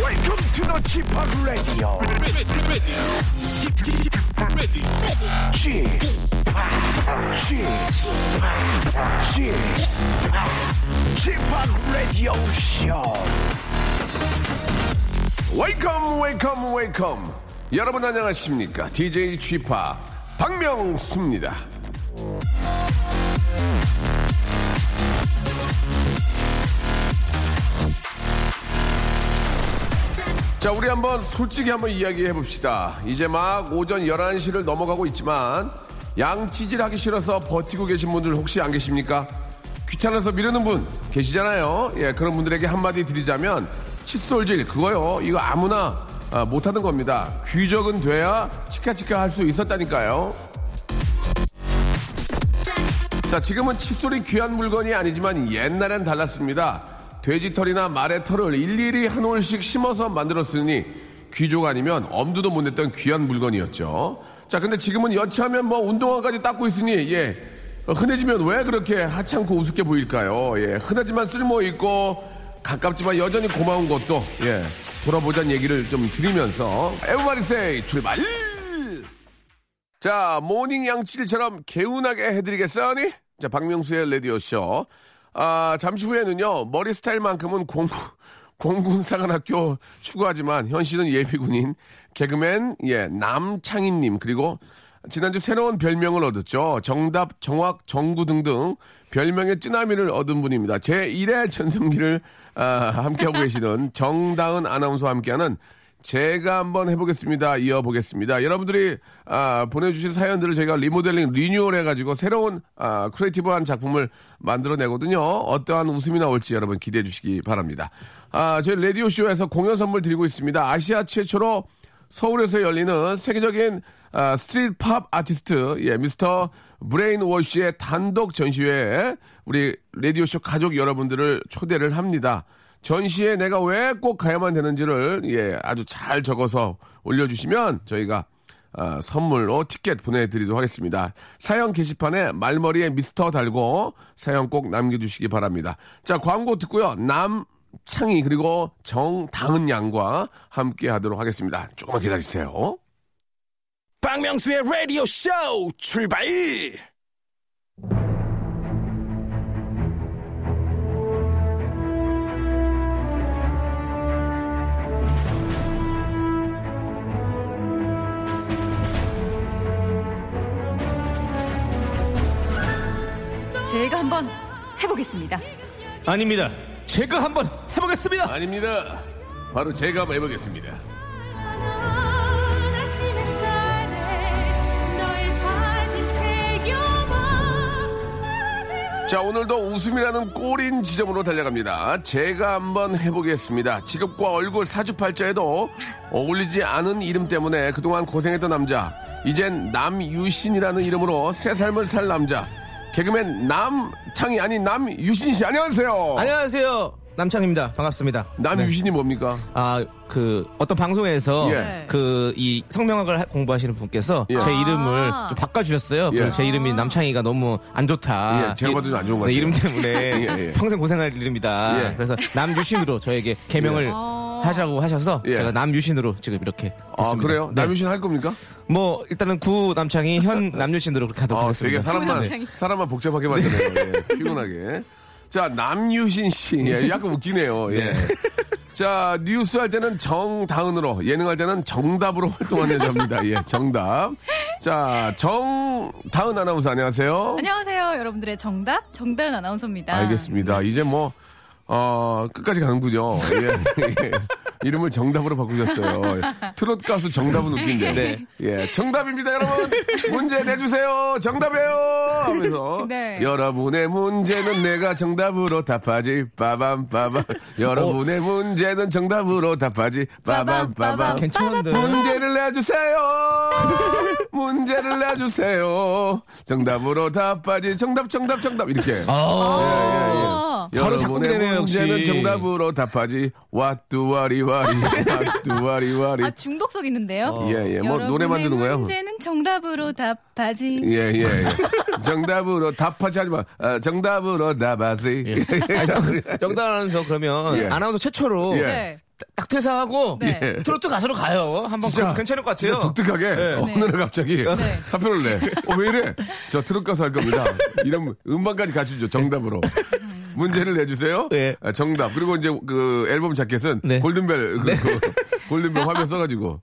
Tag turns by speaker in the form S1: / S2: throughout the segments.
S1: Welcome to the Chip Radio. Chip Chip Radio Show.
S2: 웨이컴 웨이컴 웨이컴 여러분 안녕하십니까 DJ 쥐파 박명수입니다 자 우리 한번 솔직히 한번 이야기해 봅시다 이제 막 오전 11시를 넘어가고 있지만 양치질 하기 싫어서 버티고 계신 분들 혹시 안 계십니까 귀찮아서 미루는 분 계시잖아요 예 그런 분들에게 한마디 드리자면 칫솔질 그거요 이거 아무나 아, 못하는 겁니다 귀적은 돼야 치카치카 할 수 있었다니까요 자, 지금은 칫솔이 귀한 물건이 아니지만 옛날엔 달랐습니다. 돼지털이나 말의 털을 일일이 한 올씩 심어서 만들었으니 귀족 아니면 엄두도 못 냈던 귀한 물건이었죠. 자, 근데 지금은 여차하면 뭐 운동화까지 닦고 있으니, 예. 어, 흔해지면 왜 그렇게 하찮고 우습게 보일까요? 예. 흔하지만 쓸모 있고 가깝지만 여전히 고마운 것도, 예. 돌아보자는 얘기를 좀 드리면서 에브마리세이 출발! 자, 모닝 양치질처럼 개운하게 해드리겠어니? 자, 박명수의 레디오쇼. 아, 잠시 후에는요, 머리 스타일만큼은 공군, 공군사관학교 추구하지만, 현실은 예비군인, 개그맨, 예, 남창희님, 그리고, 지난주 새로운 별명을 얻었죠. 정답, 정확, 정구 등등 별명의 찌나미를 얻은 분입니다. 제 1의 전성기를 아, 함께하고 계시는 정다은 아나운서와 함께하는 제가 한번 해보겠습니다. 이어보겠습니다. 여러분들이 아, 보내주신 사연들을 저희가 리모델링, 리뉴얼 해가지고 새로운 아, 크리에이티브한 작품을 만들어내거든요. 어떠한 웃음이 나올지 여러분 기대해 주시기 바랍니다. 아, 저희 라디오쇼에서 공연 선물 드리고 있습니다. 아시아 최초로 서울에서 열리는 세계적인 아, 스트릿 팝 아티스트 예, 미스터 브레인워시의 단독 전시회에 우리 라디오쇼 가족 여러분들을 초대를 합니다. 전시에 내가 왜 꼭 가야만 되는지를 예, 아주 잘 적어서 올려주시면 저희가 아, 선물로 티켓 보내드리도록 하겠습니다. 사연 게시판에 말머리에 미스터 달고 사연 꼭 남겨주시기 바랍니다. 자 광고 듣고요. 남창희 그리고 정다은 양과 함께 하도록 하겠습니다. 조금만 기다리세요.
S1: 박명수의 라디오 쇼 출발!
S3: 제가 한번 해보겠습니다.
S4: 아닙니다. 제가 한번 해보겠습니다.
S2: 아닙니다. 바로 제가 한번 해보겠습니다.
S5: 아침 햇살에 너의 다짐 새겨봐
S2: 자, 오늘도 웃음이라는 꼬린 지점으로 달려갑니다. 제가 한번 해보겠습니다. 직업과 얼굴 사주팔자에도 어울리지 않은 이름 때문에 그동안 고생했던 남자. 이젠 남유신이라는 이름으로 새 삶을 살 남자. 개그맨 남창이 아니 남유신 씨 안녕하세요.
S6: 안녕하세요. 남창입니다. 반갑습니다.
S2: 어.
S6: 네.
S2: 남유신이 뭡니까?
S6: 아, 그 어떤 방송에서
S2: 예.
S6: 그 이 성명학을 하- 공부하시는 분께서
S2: 예.
S6: 제 이름을 좀 바꿔 주셨어요.
S2: 예.
S6: 제 이름이 남창희가 너무 안 좋다.
S2: 예, 제가
S6: 이-
S2: 봐도 좀안 좋은 것
S6: 네,
S2: 같아요.
S6: 이름 때문에
S2: 예, 예.
S6: 평생 고생할 이름이다.
S2: 예.
S6: 그래서 남유신으로 저에게 개명을 하자고 하셔서
S2: 예.
S6: 제가 남유신으로 지금 이렇게 됐습니다.
S2: 아 그래요?
S6: 네.
S2: 남유신 할 겁니까?
S6: 뭐 일단은 구 남창희 현 남유신으로 그렇게 하도록
S2: 아
S6: 하겠습니다.
S2: 되게 사람만
S3: 남창이.
S2: 사람만 복잡하게 만드네요. 예, 피곤하게. 자 남유신 씨, 예, 약간 웃기네요. 예. 자, 뉴스 할 때는 정다은으로, 예능 할 때는 정답으로 활동하는 여자입니다. 예, 정답. 자, 정다은 아나운서 안녕하세요.
S3: 안녕하세요, 여러분들의 정답 정다은
S2: 네.
S3: 아나운서입니다.
S2: 알겠습니다. 이제 뭐, 어, 끝까지 가는군요. 예. 예. 이름을 정답으로 바꾸셨어요. 트롯 가수 정답은 웃긴데.
S6: 네.
S2: 예, 정답입니다, 여러분. 문제 내주세요. 정답이에요. 하면서
S3: 네.
S2: 여러분의 문제는 내가 정답으로 답하지. 빠밤 빠밤. 여러분의 문제는 정답으로 답하지. 어. 빠밤 빠밤.
S6: 괜찮은데.
S2: 문제를 내주세요. 문제를 내주세요. 정답으로 답하지. 정답, 정답, 아, 정답. 이렇게.
S6: 아.
S2: 예,
S3: 어.
S2: 예, 예.
S6: 바로 작곡이 되네요,
S2: 여러분의 문제는
S6: 역시.
S2: 정답으로 답하지. 왓두와리와리.
S3: 아
S2: 왓두와리와리.
S3: 중독성 있는데요.
S2: 예, 예. 뭐,
S3: 아, 여러분의
S2: 노래 만드는 거야.
S3: 문제는 정답으로 답하지.
S2: 예, 예, 예. 정답으로 답하지 하지 마. 아, 정답으로 답하지. 그
S6: 정답 아나운서 그러면
S2: 예.
S6: 아나운서 최초로
S2: 예.
S3: 네.
S6: 딱 퇴사하고
S3: 네.
S2: 예.
S6: 트로트 가수로 가요. 한번
S2: 진짜,
S6: 괜찮을 것
S2: 진짜
S6: 같아요. 네.
S2: 독특하게 어느 날 갑자기 사표를 내. 어, 왜 이래? 저 트롯 가수 할 겁니다. 이런 음반까지 갖추죠. 정답으로. 문제를 내주세요.
S6: 네.
S2: 아, 정답. 그리고 이제 그 앨범 자켓은
S6: 네.
S2: 골든벨 그, 그 골든벨 화면 써가지고.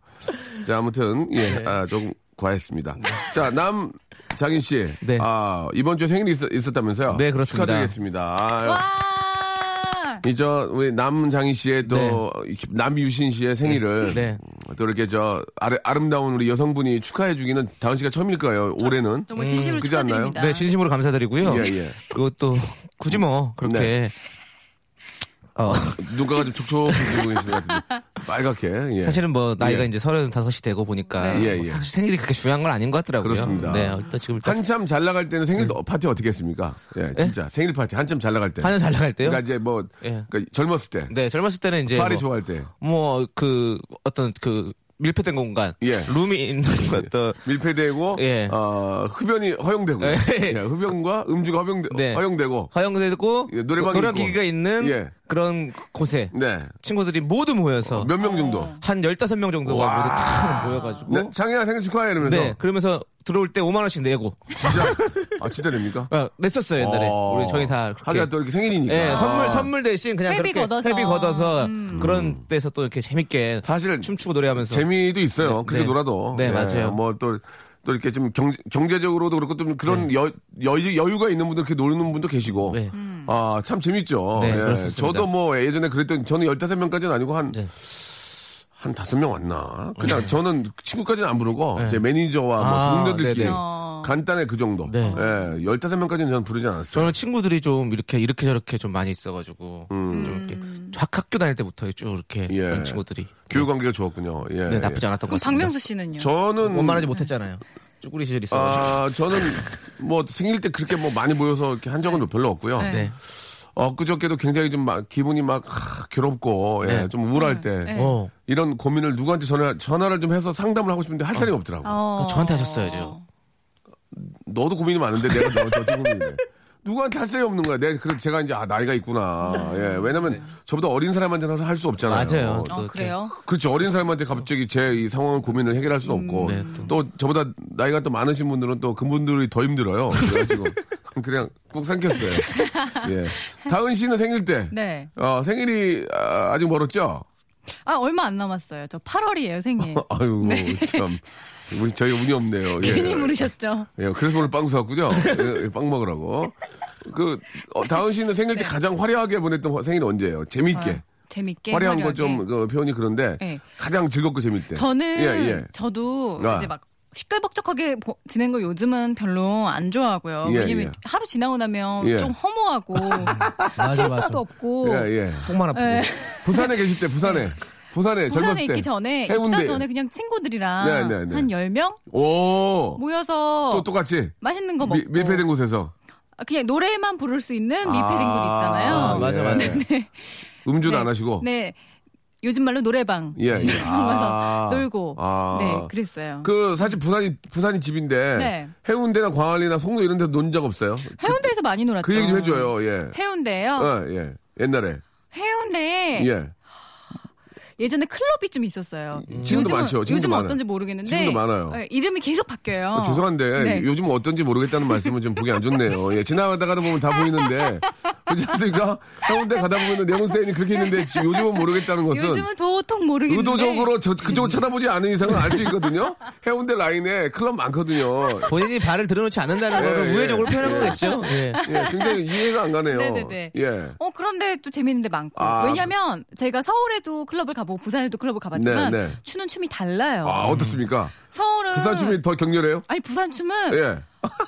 S2: 자 아무튼 예,
S6: 네.
S2: 아, 조금 과했습니다. 자 남. 장인 씨,
S6: 네.
S2: 아 이번 주에 생일이 있, 었다면서요
S6: 네, 그렇습니다.
S2: 축하드리겠습니다. 아유.
S3: 와.
S2: 이저 우리 남장희 씨의 또 남유신 씨의 생일을
S6: 네.
S2: 또 이렇게 저 아래, 아름다운 우리 여성분이 축하해 주기는 다은 씨가 처음일 거예요. 올해는
S3: 정말 진심으로
S2: 그지 않나요?
S3: 축하드립니다.
S6: 음, 네, 진심으로 감사드리고요.
S2: 예, 예.
S6: 그리고 또 굳이 뭐 그렇게
S2: 네.
S6: 어,
S2: 눈가가 좀 촉촉해지고 계시는 것 같은데 빨갛게 예.
S6: 사실은 뭐 나이가
S2: 예.
S6: 이제 서른다섯이 되고 보니까
S2: 네. 예,
S6: 뭐
S2: 예.
S6: 사실 생일이 그렇게 중요한 건 아닌 것 같더라고요.
S2: 그렇습니다.
S6: 네, 일단 지금 일단
S2: 한참 잘 나갈 때는
S6: 네.
S2: 생일 파티 어떻게 했습니까? 예, 진짜 생일 파티 한참 잘 나갈 때.
S6: 한참 잘 나갈 때요.
S2: 그러니까 이제 뭐
S6: 예.
S2: 그러니까 젊었을 때,
S6: 네, 젊었을 때는 이제
S2: 파리
S6: 뭐-
S2: 좋아할 때.
S6: 뭐 그 어떤 그 밀폐된 공간,
S2: 예.
S6: 룸이 있는 어떤
S2: 밀폐되고
S6: 예.
S2: 어, 흡연이 허용되고
S6: 예.
S2: 예, 흡연과 음주가 허용되,
S6: 네.
S2: 허용되고
S6: 허용되고
S2: 예, 노래방이
S6: 노래
S2: 있고.
S6: 기기가 있는
S2: 예.
S6: 그런 곳에
S2: 네.
S6: 친구들이 모두 모여서
S2: 몇 명 정도?
S3: 어.
S6: 한 15명 정도가 모두 다 모여가지고
S2: 네, 장애야 생일 축하해 이러면서
S6: 네, 그러면서 들어올 때 5만 원씩 내고
S2: 진짜 아 진짜 됩니까?
S6: 아, 냈었어요 옛날에
S2: 어.
S6: 우리 저희 다 그렇게.
S2: 하기가 또 이렇게 생일이니까.
S6: 예, 선물
S2: 아.
S6: 선물 대신 그냥
S3: 회비
S6: 그렇게
S3: 걷어서. 음.
S6: 회비 걷어서 그런 데서 또 이렇게 재밌게
S2: 사실
S6: 춤추고 노래하면서
S2: 재미도 있어요. 그렇게
S6: 네.
S2: 놀아도.
S6: 네, 맞아요.
S2: 뭐 또 또 이렇게 좀 경, 경제적으로도 그렇고 좀 그런 여, 여유, 여유가 있는 분들 이렇게 노는 분도 계시고.
S6: 네.
S2: 아, 참 재밌죠.
S6: 네,
S2: 예,
S6: 그렇습니다.
S2: 저도 뭐 예전에 그랬던 저는 15명까지는 아니고 한
S6: 네.
S2: 한 다섯 명 왔나? 그냥 저는 친구까지는 안 부르고 제 매니저와 뭐
S6: 네. 아,
S2: 동료들끼리
S6: 네네.
S2: 간단해 그 정도.
S6: 네.
S2: 예, 15명까지는 저는 부르지 않았어요.
S6: 저는 친구들이 좀 이렇게 이렇게 저렇게 좀 많이 있어가지고 좀 이렇게 학- 학교 다닐 때부터 쭉 이렇게
S2: 음. 예.
S6: 그런 친구들이
S2: 교육 관계가 좋았군요. 예.
S6: 네,
S2: 예.
S6: 나쁘지 않았던 것
S3: 그럼
S6: 같습니다.
S3: 박명수 씨는요? 음.
S2: 저는
S6: 뭐 원만하지 못했잖아요. 쭈구리 시절이 있어가지고.
S2: 아, 저는 뭐 생일 때 그렇게 뭐 많이 모여서 이렇게 한 적은 별로 없고요.
S6: 네.
S2: 엊그저께도 굉장히 좀 막 기분이 막 하, 괴롭고 예,
S6: 네.
S2: 좀 우울할 때
S6: 어.
S2: 이런 고민을 누구한테 전화 전화를 좀 해서 상담을 하고 싶은데 할 사람이 없더라고. 요
S3: 어.
S6: 아, 저한테 하셨어야죠.
S2: 너도 고민이 많은데 내가 너한테 어떻게 고민해? 누구한테 할 사람이 없는 거야. 내가 그래서 제가 이제 아 나이가
S6: 음.
S2: 있구나. 예, 왜냐면 저보다 어린 사람한테는 할 수 없잖아요.
S6: 네. 맞아요.
S3: 어, 그래요?
S2: 그렇죠. 어린 사람한테 갑자기 제 이 상황을 고민을 해결할 수는 없고
S6: 네,
S2: 또 저보다 나이가 또 많으신 분들은 또 그분들이 더 힘들어요. 그래가지고 그냥 꾹 삼켰어요. 예. 다은 씨는 생일 때
S3: 네.
S2: 어, 생일이 아, 아직 멀었죠?
S3: 아 얼마 안 남았어요. 저 8월이에요 생일.
S2: 아유 참 우리 저희 운이 없네요. 예.
S3: 네. 괜히 물으셨죠?
S2: 예, 그래서 오늘 빵 사왔군요. 예, 예, 빵 먹으라고. 그 어, 다은 씨는 생일
S3: 네.
S2: 때 가장 화려하게 보냈던 화- 생일은 언제예요? 재밌게.
S3: 아, 재밌게
S2: 화려한
S3: 화려하게.
S2: 거 좀 표현이 그런데
S3: 네.
S2: 가장 즐겁고 재밌대.
S3: 저는
S2: 예, 예.
S3: 저도
S2: 아.
S3: 이제 막 시끌벅적하게 보- 지낸 거 요즘은 별로 안 좋아하고요.
S2: 예,
S3: 왜냐면
S2: 예.
S3: 하루 지나고 나면
S2: 예.
S3: 좀 허무하고 실사도 없고 네.
S2: 예, 예.
S6: 속만 아프고.
S2: 부산에 계실 때 부산에 부산에 젊었을
S3: 부산에
S2: 때
S3: 있기 전에
S2: 해운대.
S3: 입사 전에 그냥 친구들이랑
S2: 네, 네, 네.
S3: 한 10명
S2: 오.
S3: 모여서
S2: 또 똑같이
S3: 맛있는 거
S2: 미-
S3: 뭐 먹고
S2: 밀폐된 곳에서
S3: 아, 그냥 노래만 부를 수 있는 밀폐된 곳 있잖아요.
S2: 아,
S6: 맞아, 맞아.
S2: 음주는 안 하시고
S3: 네. 요즘 말로 노래방
S2: 예, 예.
S3: 그런 거서
S2: 아.
S3: 놀고
S2: 아.
S3: 네, 그랬어요.
S2: 그 사실 부산이 부산이 집인데
S3: 네.
S2: 해운대나 광안리나 송도 이런 데서 논 적 없어요?
S3: 해운대에서 많이 놀았죠.
S2: 그 얘기 좀 해줘요. 예.
S3: 해운대요.
S2: 어, 예. 옛날에
S3: 해운대에
S2: 예.
S3: 예전에 클럽이 좀 있었어요.
S2: 음. 지금도 많죠. 지금도
S3: 요즘
S2: 많아요.
S3: 어떤지 모르겠는데
S2: 지금도 많아요.
S3: 예, 이름이 계속 바뀌어요.
S2: 어, 죄송한데
S3: 네.
S2: 요즘 어떤지 모르겠다는 말씀은 좀 보기 안 좋네요. 예, 지나가다가도 보면 다 보이는데 그렇지 않습니까? 해운대 가다 보면 네온사인이 그렇게 있는데 지금 요즘은 모르겠다는 것은
S3: 요즘은 도통 모르겠는데
S2: 의도적으로 저, 그쪽을 쳐다보지 않은 이상은 알 수 있거든요. 해운대 라인에 클럽 많거든요.
S6: 본인이 발을 들어놓지 않는다는
S2: 예,
S6: 거를
S2: 예.
S6: 우회적으로
S2: 예.
S6: 표현한 거겠죠. 예.
S2: 예, 굉장히 이해가 안 가네요.
S3: 네네네.
S2: 예.
S3: 어 그런데 또 재밌는 데 많고
S2: 아.
S3: 왜냐면 제가 서울에도 클럽을 가보고 부산에도 클럽을 가봤지만
S2: 네, 네.
S3: 추는 춤이 달라요.
S2: 아, 어떻습니까?
S3: 서울은
S2: 부산 춤이 더 격렬해요?
S3: 아니 부산 춤은
S2: 예.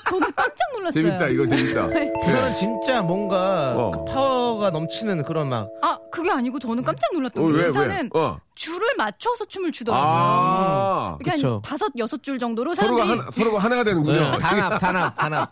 S3: 저는 깜짝 놀랐어요.
S2: 재밌다, 이거 재밌다.
S3: 네.
S6: 부산은 진짜 뭔가
S2: 어.
S6: 그 파워가 넘치는 그런 막
S3: 아 그게 아니고 저는 깜짝 놀랐던
S2: 어,
S3: 게
S2: 왜,
S3: 부산은
S2: 왜? 어.
S3: 줄을 맞춰서 춤을 추더라고요.
S2: 아.
S3: 이렇게
S6: 그쵸.
S3: 한 다섯 여섯 줄 정도로
S2: 서로가
S3: 음. 사람들이
S2: 하나, 서로가 하나가 되는군요.
S6: 예, 단합, 단합, 단합.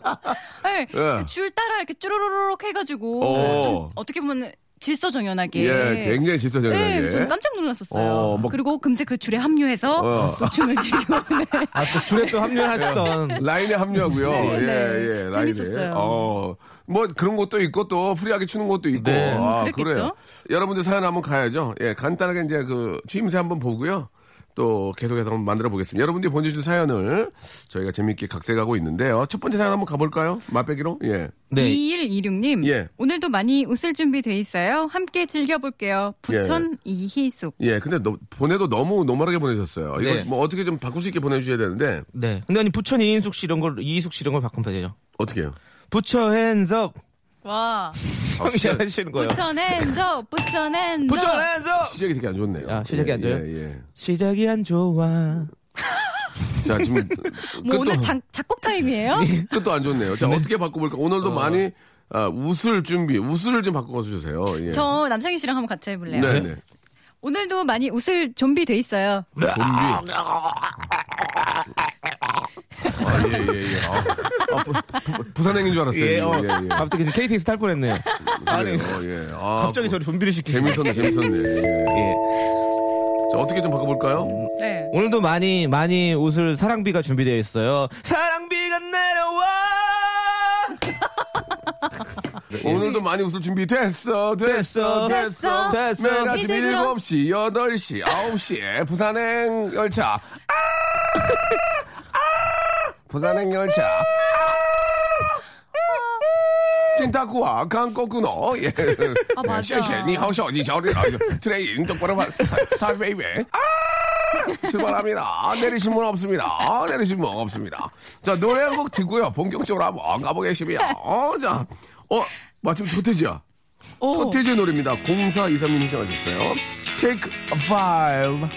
S3: 네,
S2: 예.
S3: 그줄 따라 이렇게 쭈루루룩 해가지고
S2: 어.
S3: 좀 어떻게 보면 질서정연하게
S2: 예, 굉장히 질서정연하게.
S3: 네, 좀 깜짝 놀랐었어요.
S2: 어, 뭐-
S3: 그리고 금세 그 줄에 합류해서
S2: 어.
S3: 또 춤을 추고 네.
S6: 아, 그 줄에 또 합류했던.
S2: 라인에 합류하고요.
S3: 네,
S2: 예,
S3: 네.
S2: 예, 라인에.
S3: 재밌었어요.
S2: 어, 뭐 그런 것도 있고 또 프리하게 추는 것도 있고.
S6: 네.
S2: 아,
S3: 그랬겠죠?
S2: 그래요. 여러분들 사연 한번 가야죠. 예, 간단하게 이제 그 취임새 한번 보고요. 또 계속해서 한번 만들어 보겠습니다. 여러분들이 보내주신 사연을 저희가 재밌게 각색하고 있는데요. 첫 번째 사연 한번 가볼까요? 맛배기로? 예.
S6: 네.
S3: 2126님
S2: 예.
S3: 오늘도 많이 웃을 준비 돼 있어요. 함께 즐겨볼게요. 부천 이희숙
S2: 예, 근데 너- 보내도 너무 노멀하게 보내셨어요. 이거
S6: 네.
S2: 뭐 어떻게 좀 바꿀 수 있게 보내주셔야 되는데,
S6: 네. 근데 아니, 부천 이인숙 씨 이런 걸, 이인숙 씨 이런 걸 바꾸면 되죠.
S2: 어떻게 해요? 아,
S6: 부처 핸석.
S3: 와
S6: 형이 하시는 거예요.
S3: 부천 앤저 부천 앤저
S6: 부천 핸석!
S2: 시작이 되게 안 좋네요.
S6: 아, 시작이
S2: 예,
S6: 안 좋아요?
S2: 예, 예.
S6: 시작이 안 좋아.
S2: 자, 지금
S3: 뭐
S2: 끝도- 예.
S3: 오늘 작, 작곡 타임이에요?
S2: 끝도 안 좋네요. 자, 어떻게 바꿔볼까? 오늘도 많이 아, 웃을 준비, 웃을 좀 바꿔주세요. 예.
S3: 저 남창희 씨랑 한번 같이 해볼래요.
S2: 네, 네.
S3: 오늘도 많이 웃을 좀비 돼 있어요.
S2: 좀비. 아, 예, 예, 예. 아, 아, 부, 산행인줄 알았어요.
S6: 예, 어,
S2: 예, 예.
S6: 갑자기 지금 KTX 탈 뻔했네요. 아니,
S2: 그래요, 예. 아,
S6: 갑자기 저를 좀비를 시키시네.
S2: 재밌었네, 재밌었네. 예.
S6: 예. 음,
S2: 자, 어떻게 좀 바꿔볼까요?
S3: 네.
S6: 오늘도 많이 많이 웃을 사랑비가 준비되어 있어요. 사랑비가 내려와.
S2: 오늘도 많이 웃을 준비 됐어, 됐어,
S6: 네. 됐어,
S2: 됐어.
S6: 됐어.
S2: 매일 아침
S3: 이제 그럼.
S2: 7시, 8시, 9시에 부산행 열차. 아! 아! 부산행 열차. 찐타쿠와 강꺼꾸노 예.
S3: 아, 맞아.
S2: 니하오셔니저리 아, 트레인 똑바로 봐. 타베이베. 아! 출발합니다. 내리신 분 없습니다. 내리신 분 없습니다. 자, 노래 한 곡 듣고요. 본격적으로 한번 가보겠습니다. 어, 자. 어, 마침 소태지야.
S3: 오.
S2: 소태지 노래입니다. 0423님 신청하셨어요. Take five.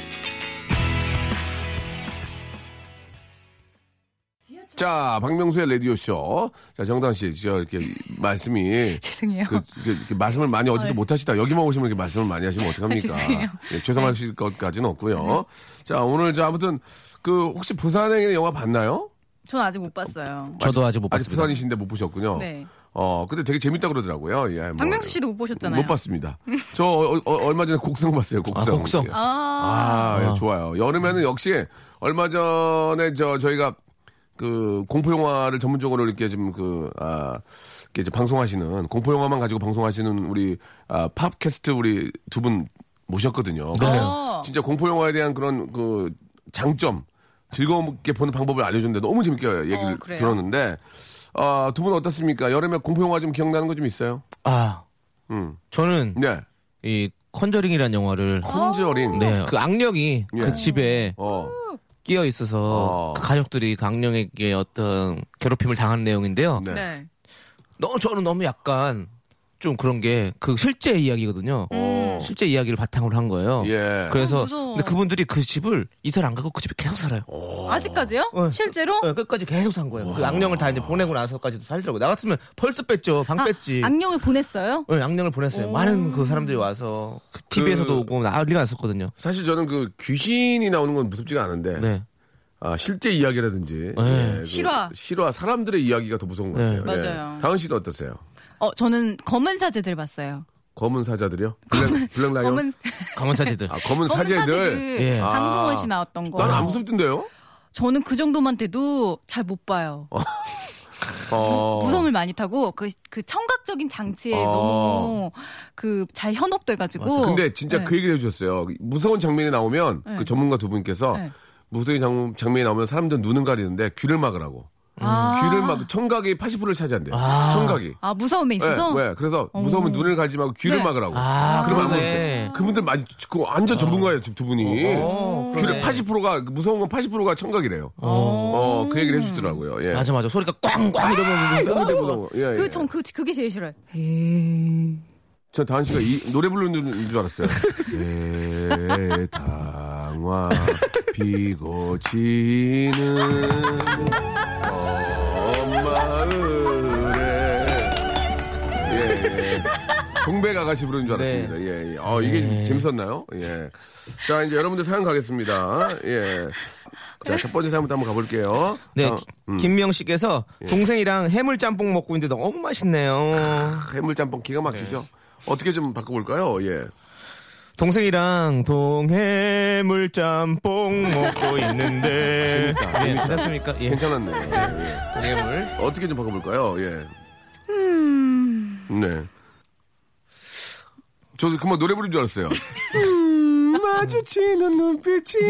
S2: 자, 박명수의 라디오쇼. 자, 정당 씨, 저 이렇게 말씀이.
S3: 죄송해요.
S2: 그, 그, 이렇게 말씀을 많이 어디서
S3: 네.
S2: 못하시다. 여기만 오시면 이렇게 말씀을 많이 하시면 어떡합니까?
S3: 아, 죄송해요.
S2: 예, 죄송하실 것까지는 없고요. 자, 오늘 저 아무튼 그 혹시 부산행의 영화 봤나요?
S3: 전 아직 못 봤어요.
S6: 저도 아직 못
S2: 아직
S6: 봤습니다.
S2: 부산이신데 못 보셨군요.
S3: 네.
S2: 어, 근데 되게 재밌다 그러더라고요. 예, 뭐,
S3: 박명수 씨도 못 보셨잖아요.
S2: 못 봤습니다. 저 어, 어, 얼마 전에 곡성 봤어요. 곡성.
S6: 아, 곡성.
S2: 예.
S3: 아,
S2: 아, 예, 좋아요. 여름에는 역시 얼마 전에 저 저희가 그 공포 영화를 전문적으로 이렇게 좀그 아, 이렇게 이제 방송하시는 공포 영화만 가지고 방송하시는 우리 아, 팝캐스트 우리 두 분 모셨거든요.
S6: 네.
S3: 어.
S2: 진짜 공포 영화에 대한 그런 그 장점 즐거움게 보는 방법을 알려줬는데 너무 재밌게 얘기를
S3: 어, 그래요?
S2: 들었는데 아, 두 분 어떻습니까? 여름에 공포 영화 좀 기억나는 거 좀 있어요?
S6: 아,
S2: 음.
S6: 저는
S2: 네.
S6: 이 컨저링이라는 영화를
S2: 컨저링.
S6: 네, 그 악령이
S2: 예.
S6: 그 집에
S2: 어.
S6: 끼어 있어서
S2: 어.
S6: 그 가족들이 그 악령에게 어떤 괴롭힘을 당한 내용인데요.
S2: 네.
S3: 네.
S6: 너무 저는 너무 약간 좀 그런 게 그 실제 이야기거든요.
S2: 어.
S6: 실제 이야기를 바탕으로 한 거예요.
S2: 예.
S3: 어,
S6: 그래서
S3: 무서워.
S6: 근데 그분들이 그 집을 이사를 안 가고 그 집에 계속 살아요.
S3: 아직까지요?
S6: 어.
S3: 실제로?
S6: 네, 끝까지 계속 산 거예요. 그 악령을 다 이제 보내고 나서까지도 살더라고. 요나 같으면 벌써 뺐죠. 방
S2: 어,
S3: 아,
S6: 뺐지.
S3: 악령을 보냈어요?
S6: 네, 악령을 보냈어요. 많은 그 사람들이 와서 그 TV에서도 오고 난리가 났었거든요.
S2: 사실 저는 그 귀신이 나오는 건 무섭지가 않은데
S6: 네.
S2: 아, 실제 이야기라든지
S6: 네.
S2: 예, 그
S3: 실화.
S2: 실화 사람들의 이야기가 더 무서운 것
S6: 네.
S2: 같아요. 예.
S3: 맞아요.
S2: 다은 씨는 어떠세요?
S3: 어, 저는 검은 사제들 봤어요.
S2: 검은 사자들이요? 블랙, 블랙 라이언?
S3: 검은,
S6: 강원 사제들. 어,
S2: 아, 검은
S3: 검은
S2: 아, 사제들.
S3: 사제들. 아. 어.
S6: 예.
S3: 강동원 씨 나왔던 거.
S2: 난 안 무섭던데요?
S3: 저는 그 정도만 돼도 잘 못 봐요.
S2: 어.
S3: 무성을 많이 타고 그, 그 청각적인 장치에
S2: 어.
S3: 너무 그 잘 현혹돼가지고.
S2: 근데 진짜
S3: 네.
S2: 그 얘기를 해주셨어요. 무서운 장면이 나오면
S3: 네.
S2: 그 전문가 두 분께서
S3: 네.
S2: 무서운 장, 장면이 나오면 사람들 눈은 가리는데 귀를 막으라고.
S3: 아.
S2: 귀를 막 청각이 80%를 차지한대요.
S6: 아.
S2: 청각이.
S3: 아 무서움에
S2: 예,
S3: 있어서
S2: 왜? 그래서 무서우면
S3: 오.
S2: 눈을 가지 말고 귀를
S3: 네.
S2: 막으라고.
S6: 아,
S2: 그러면 안
S6: 그러네.
S2: 보는데. 그분들 많이 그 완전 전문가예요, 지금 두 분이.
S6: 어,
S2: 귀를
S6: 그러네.
S2: 80%가 무서운 건 80%가 청각이래요. 어, 그 얘기를 해주시더라고요. 예.
S6: 맞아 맞아 소리가 꽝꽝 어. 이러면
S2: 무서운데 무서워. 예, 예.
S3: 그 전 그 그게 제일 싫어요. 에이.
S2: 저 다은 씨가 이, 노래 부르는 줄 알았어요. 대당화 비고 지는 섬마을에 예, 예. 동백 아가씨 부르는 줄
S6: 네.
S2: 알았습니다. 예, 예. 어, 이게 재밌었나요? 예. 자, 이제 여러분들 사연 가겠습니다. 예. 자, 첫 번째 사연부터 한번 가볼게요.
S6: 네
S2: 어,
S6: 김명 씨께서 동생이랑 해물 짬뽕 먹고 있는데 너무 맛있네요.
S2: 해물짬뽕 기가 막히죠?
S6: 네.
S2: 어떻게 좀 바꿔볼까요? 예.
S6: 동생이랑 동해물 짬뽕 먹고 있는데
S2: 재밌다,
S6: 예, 괜찮습니까? 예.
S2: 괜찮았네요. 예, 예.
S6: 동해물
S2: 어떻게 좀 바꿔볼까요? 예.
S6: 음.
S2: 네. 저도 그만 노래 부르는 줄 알았어요.
S6: 음,
S2: 마주치는 눈빛이.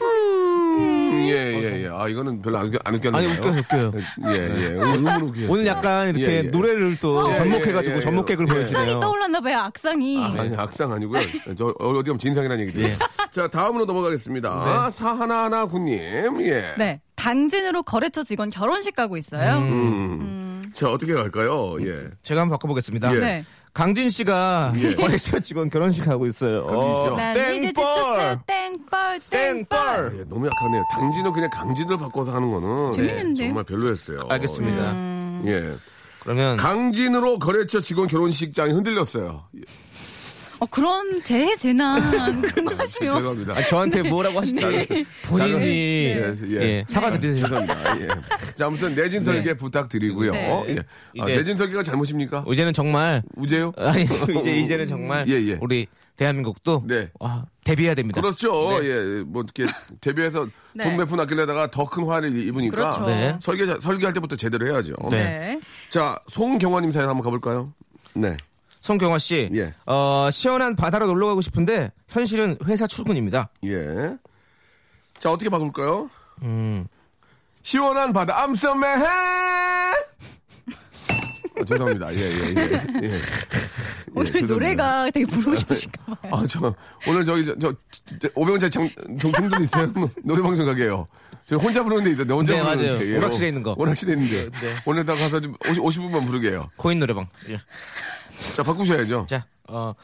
S2: 음. 예, 예, 예. 아, 이거는 별로 안, 웃겨- 안 웃겼네요.
S6: 아니, 웃겨요, 웃겨요.
S2: 예, 예. 음으로 웃겨요.
S6: 오늘 약간 이렇게
S2: 예, 예.
S6: 노래를 또
S2: 예,
S6: 접목해가지고
S2: 예, 예.
S6: 접목객을
S2: 예.
S3: 악상이
S6: 보여주네요.
S3: 떠올랐나 봐요. 악상이.
S2: 아니, 악상 아니고요. 저, 어, 어디 가면 진상이라는 얘기죠.
S6: 예.
S2: 자, 다음으로
S6: 네.
S2: 넘어가겠습니다. 사하나하나 군님. 예.
S3: 네. 당진으로 거래처 직원 결혼식 가고 있어요.
S2: 음. 자, 어떻게 갈까요? 예.
S6: 제가 한번 바꿔보겠습니다.
S2: 예.
S3: 네.
S6: 강진 씨가
S2: 예.
S6: 거래처 직원 결혼식 하고 있어요.
S2: 강진
S3: 난 네, 이제 지쳤어요. 땡벌 땡벌.
S6: 땡벌.
S2: 예, 너무 약하네요. 당진은 그냥 강진을 바꿔서 하는 거는 예,
S3: 재밌는데요?
S2: 정말 별로였어요.
S6: 알겠습니다.
S2: 예. 예.
S6: 그러면
S2: 강진으로 거래처 직원 결혼식장이 흔들렸어요. 예,
S3: 어 그런 재해 재난 그런 거 하세요.
S2: 죄송합니다.
S6: 아, 저한테 뭐라고 하시나요? 네. 본인이
S2: 예, 예.
S6: 예, 사과드리세요.
S2: 죄송합니다. 예. 자, 아무튼 내진 설계 부탁드리고요.
S3: 네.
S2: 예. 아,
S6: 이제-
S2: 내진 설계가 잘못입니까?
S6: 이제는 정말
S2: 우재요?
S6: 아니 이제 이제는 정말
S2: 예, 예.
S6: 우리 대한민국도
S2: 네.
S6: 와, 데뷔해야 됩니다.
S2: 그렇죠.
S6: 네.
S2: 예, 뭐 이렇게 데뷔해서
S3: 네.
S2: 돈 몇 푼 아끼려다가 더 큰 화를 입으니까
S3: 그렇죠.
S6: 네.
S2: 설계 자- 설계할 때부터 제대로 해야죠.
S3: 네.
S2: 자, 송경화님 사연 한번 가볼까요? 네.
S6: 송경화 씨,
S2: 예.
S6: 어, 시원한 바다로 놀러 가고 싶은데 현실은 회사 출근입니다.
S2: 예. 자, 어떻게 바꿀까요?
S6: 음.
S2: 시원한 바다, I'm so mad! 어, 죄송합니다. 예, 예, 예. 예.
S3: 오늘
S2: 죄송합니다.
S3: 노래가 되게 부르고 싶으신가 봐요.
S2: 아, 저, 오늘 저기, 저, 저, 저 500원짜리 장, 동, 동전 있어요? 노래방 좀 가게요. 저 혼자 부르는데 있다. 내 혼자
S6: 네,
S2: 부르는
S6: 맞아요.
S2: 데.
S6: 오락실에 있는 거.
S2: 오락실에 있는데.
S6: 네.
S2: 오늘 다 가서 좀 50, 50분만 부르게요.
S6: 코인 노래방. 예.
S2: 자, 바꾸셔야죠.
S6: 자, 어,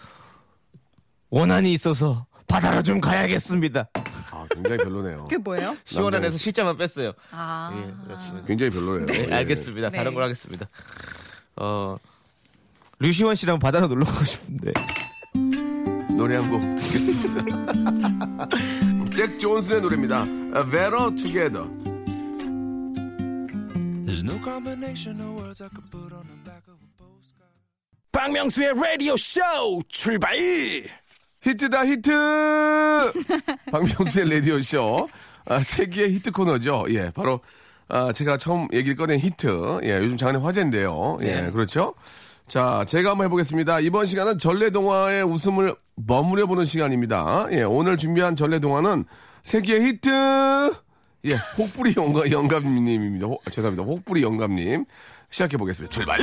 S6: 원한이 있어서 바다로 좀 가야겠습니다.
S2: 아, 굉장히 별로네요.
S3: 그게 뭐예요?
S6: 시원한에서 실자만 뺐어요.
S3: 아.
S6: 예, 그렇습니다.
S2: 굉장히 별로예요.
S6: 네,
S2: 예.
S6: 알겠습니다.
S3: 네.
S6: 다른 걸 하겠습니다. 어, 류시원 씨랑 바다로 놀러 가고 싶은데
S2: 노래 한 곡 듣겠습니다. 잭 존스의 노래입니다. A Better Together.
S1: 박명수의 라디오 쇼 출발
S2: 히트다 히트. 박명수의 라디오 쇼 아, 세기의 히트 코너죠. 예, 바로 아, 제가 처음 얘기를 꺼낸 히트. 예, 요즘 장안의 화제인데요. 예, 그렇죠. 자, 제가 한번 해보겠습니다. 이번 시간은 전래동화의 웃음을 머무려보는 시간입니다. 예, 오늘 준비한 전래동화는 세기의 히트! 예, 혹부리 영감, 영감님입니다. 호- 죄송합니다. 혹부리 영감님. 시작해보겠습니다. 출발!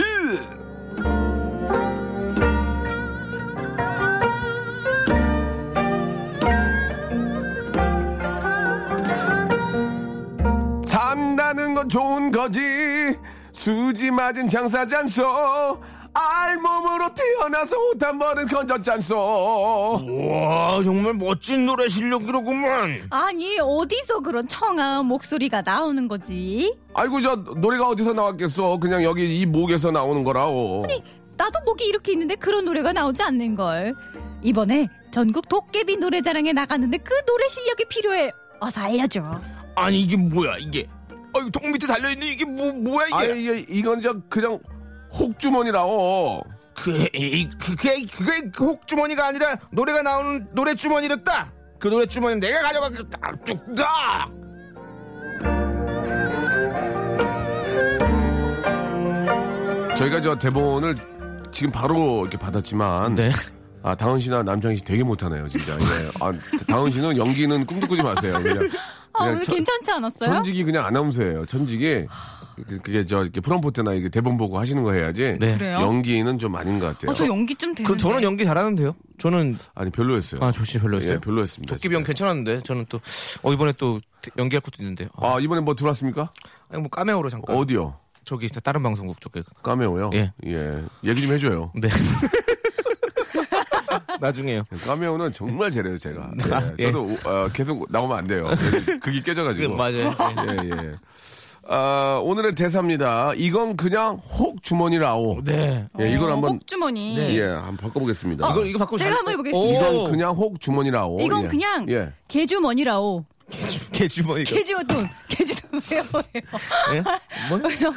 S2: 산다는 건 좋은 거지 수지 맞은 장사잔소 알몸으로 태어나서 옷 한 번은 건졌잔소
S6: 와 정말 멋진 노래 실력이로구만
S3: 아니 어디서 그런 청아 목소리가 나오는 거지?
S2: 아이고 저 노래가 어디서 나왔겠어 그냥 여기 이 목에서 나오는 거라오
S3: 나도 목이 이렇게 있는데 그런 노래가 나오지 않는 걸. 이번에 전국 도깨비 노래자랑에 나갔는데 그 노래 실력이 필요해. 어서 알려줘.
S6: 아니 이게 뭐야 이게 아이고 통 밑에 달려있는 이게 뭐, 뭐야
S2: 아 이게 이건 저 그냥 혹주머니라오
S6: 그게 이- 그게 그게 그 혹주머니가 아니라 노래가 나오는 노래 주머니였다. 그 노래 주머니 내가 가져가겠다. 뚝딱.
S2: 저희가 저 대본을 지금 바로 이렇게 받았지만
S6: 네.
S2: 아 다은 씨나 남창희 씨 되게 못하네요 진짜 예. 아, 다은 씨는 연기는 꿈도 꾸지 마세요 그냥
S3: 아,
S2: 그냥
S3: 오늘
S2: 저-
S3: 괜찮지 않았어요?
S2: 천직이 그냥 아나운서예요. 천직이 그- 그게 저 이렇게 프롬포트나 이게 대본 보고 하시는 거 해야지.
S6: 네. 어,
S3: 그래요?
S2: 연기는 좀 아닌 것 같아요.
S3: 아, 저 연기 좀 되는데.
S6: 그 저는 연기 잘하는데요. 저는
S2: 아니 별로였어요.
S6: 아 조씨 별로였어요.
S2: 예, 별로였습니다.
S6: 도끼비 형 괜찮았는데 저는 또 어 이번에 또 연기할 것도 있는데 아,
S2: 아 이번에 뭐 들어왔습니까?
S6: 아니, 뭐 까메오로 잠깐
S2: 어디요?
S6: 저기 있어요. 다른 방송국 쪽에
S2: 까메오요.
S6: 예.
S2: 예. 얘기 좀 해줘요.
S6: 네 나중에요.
S2: 까메오는 정말 잘해요 제가. 예,
S6: 아, 예.
S2: 저도 어, 계속 나오면 안 돼요. 그게 깨져가지고.
S6: 네, 맞아요.
S2: 예, 예. 아, 오늘의 대사입니다. 이건 그냥 혹 주머니라오.
S6: 네.
S2: 예, 이걸
S3: 어,
S2: 한번
S3: 혹주머니.
S2: 예, 한번 바꿔보겠습니다.
S6: 이거 이거 바꾸면
S3: 제가
S6: 잘-
S3: 한번 해보겠습니다.
S6: 오!
S2: 이건 그냥 혹 주머니라오.
S3: 이건
S2: 예.
S3: 그냥
S2: 예.
S3: 개주머니라오.
S6: 개주머니가
S3: 개주돈. 개주돈 왜요? 왜요?
S6: 예? 뭐?
S3: 왜요?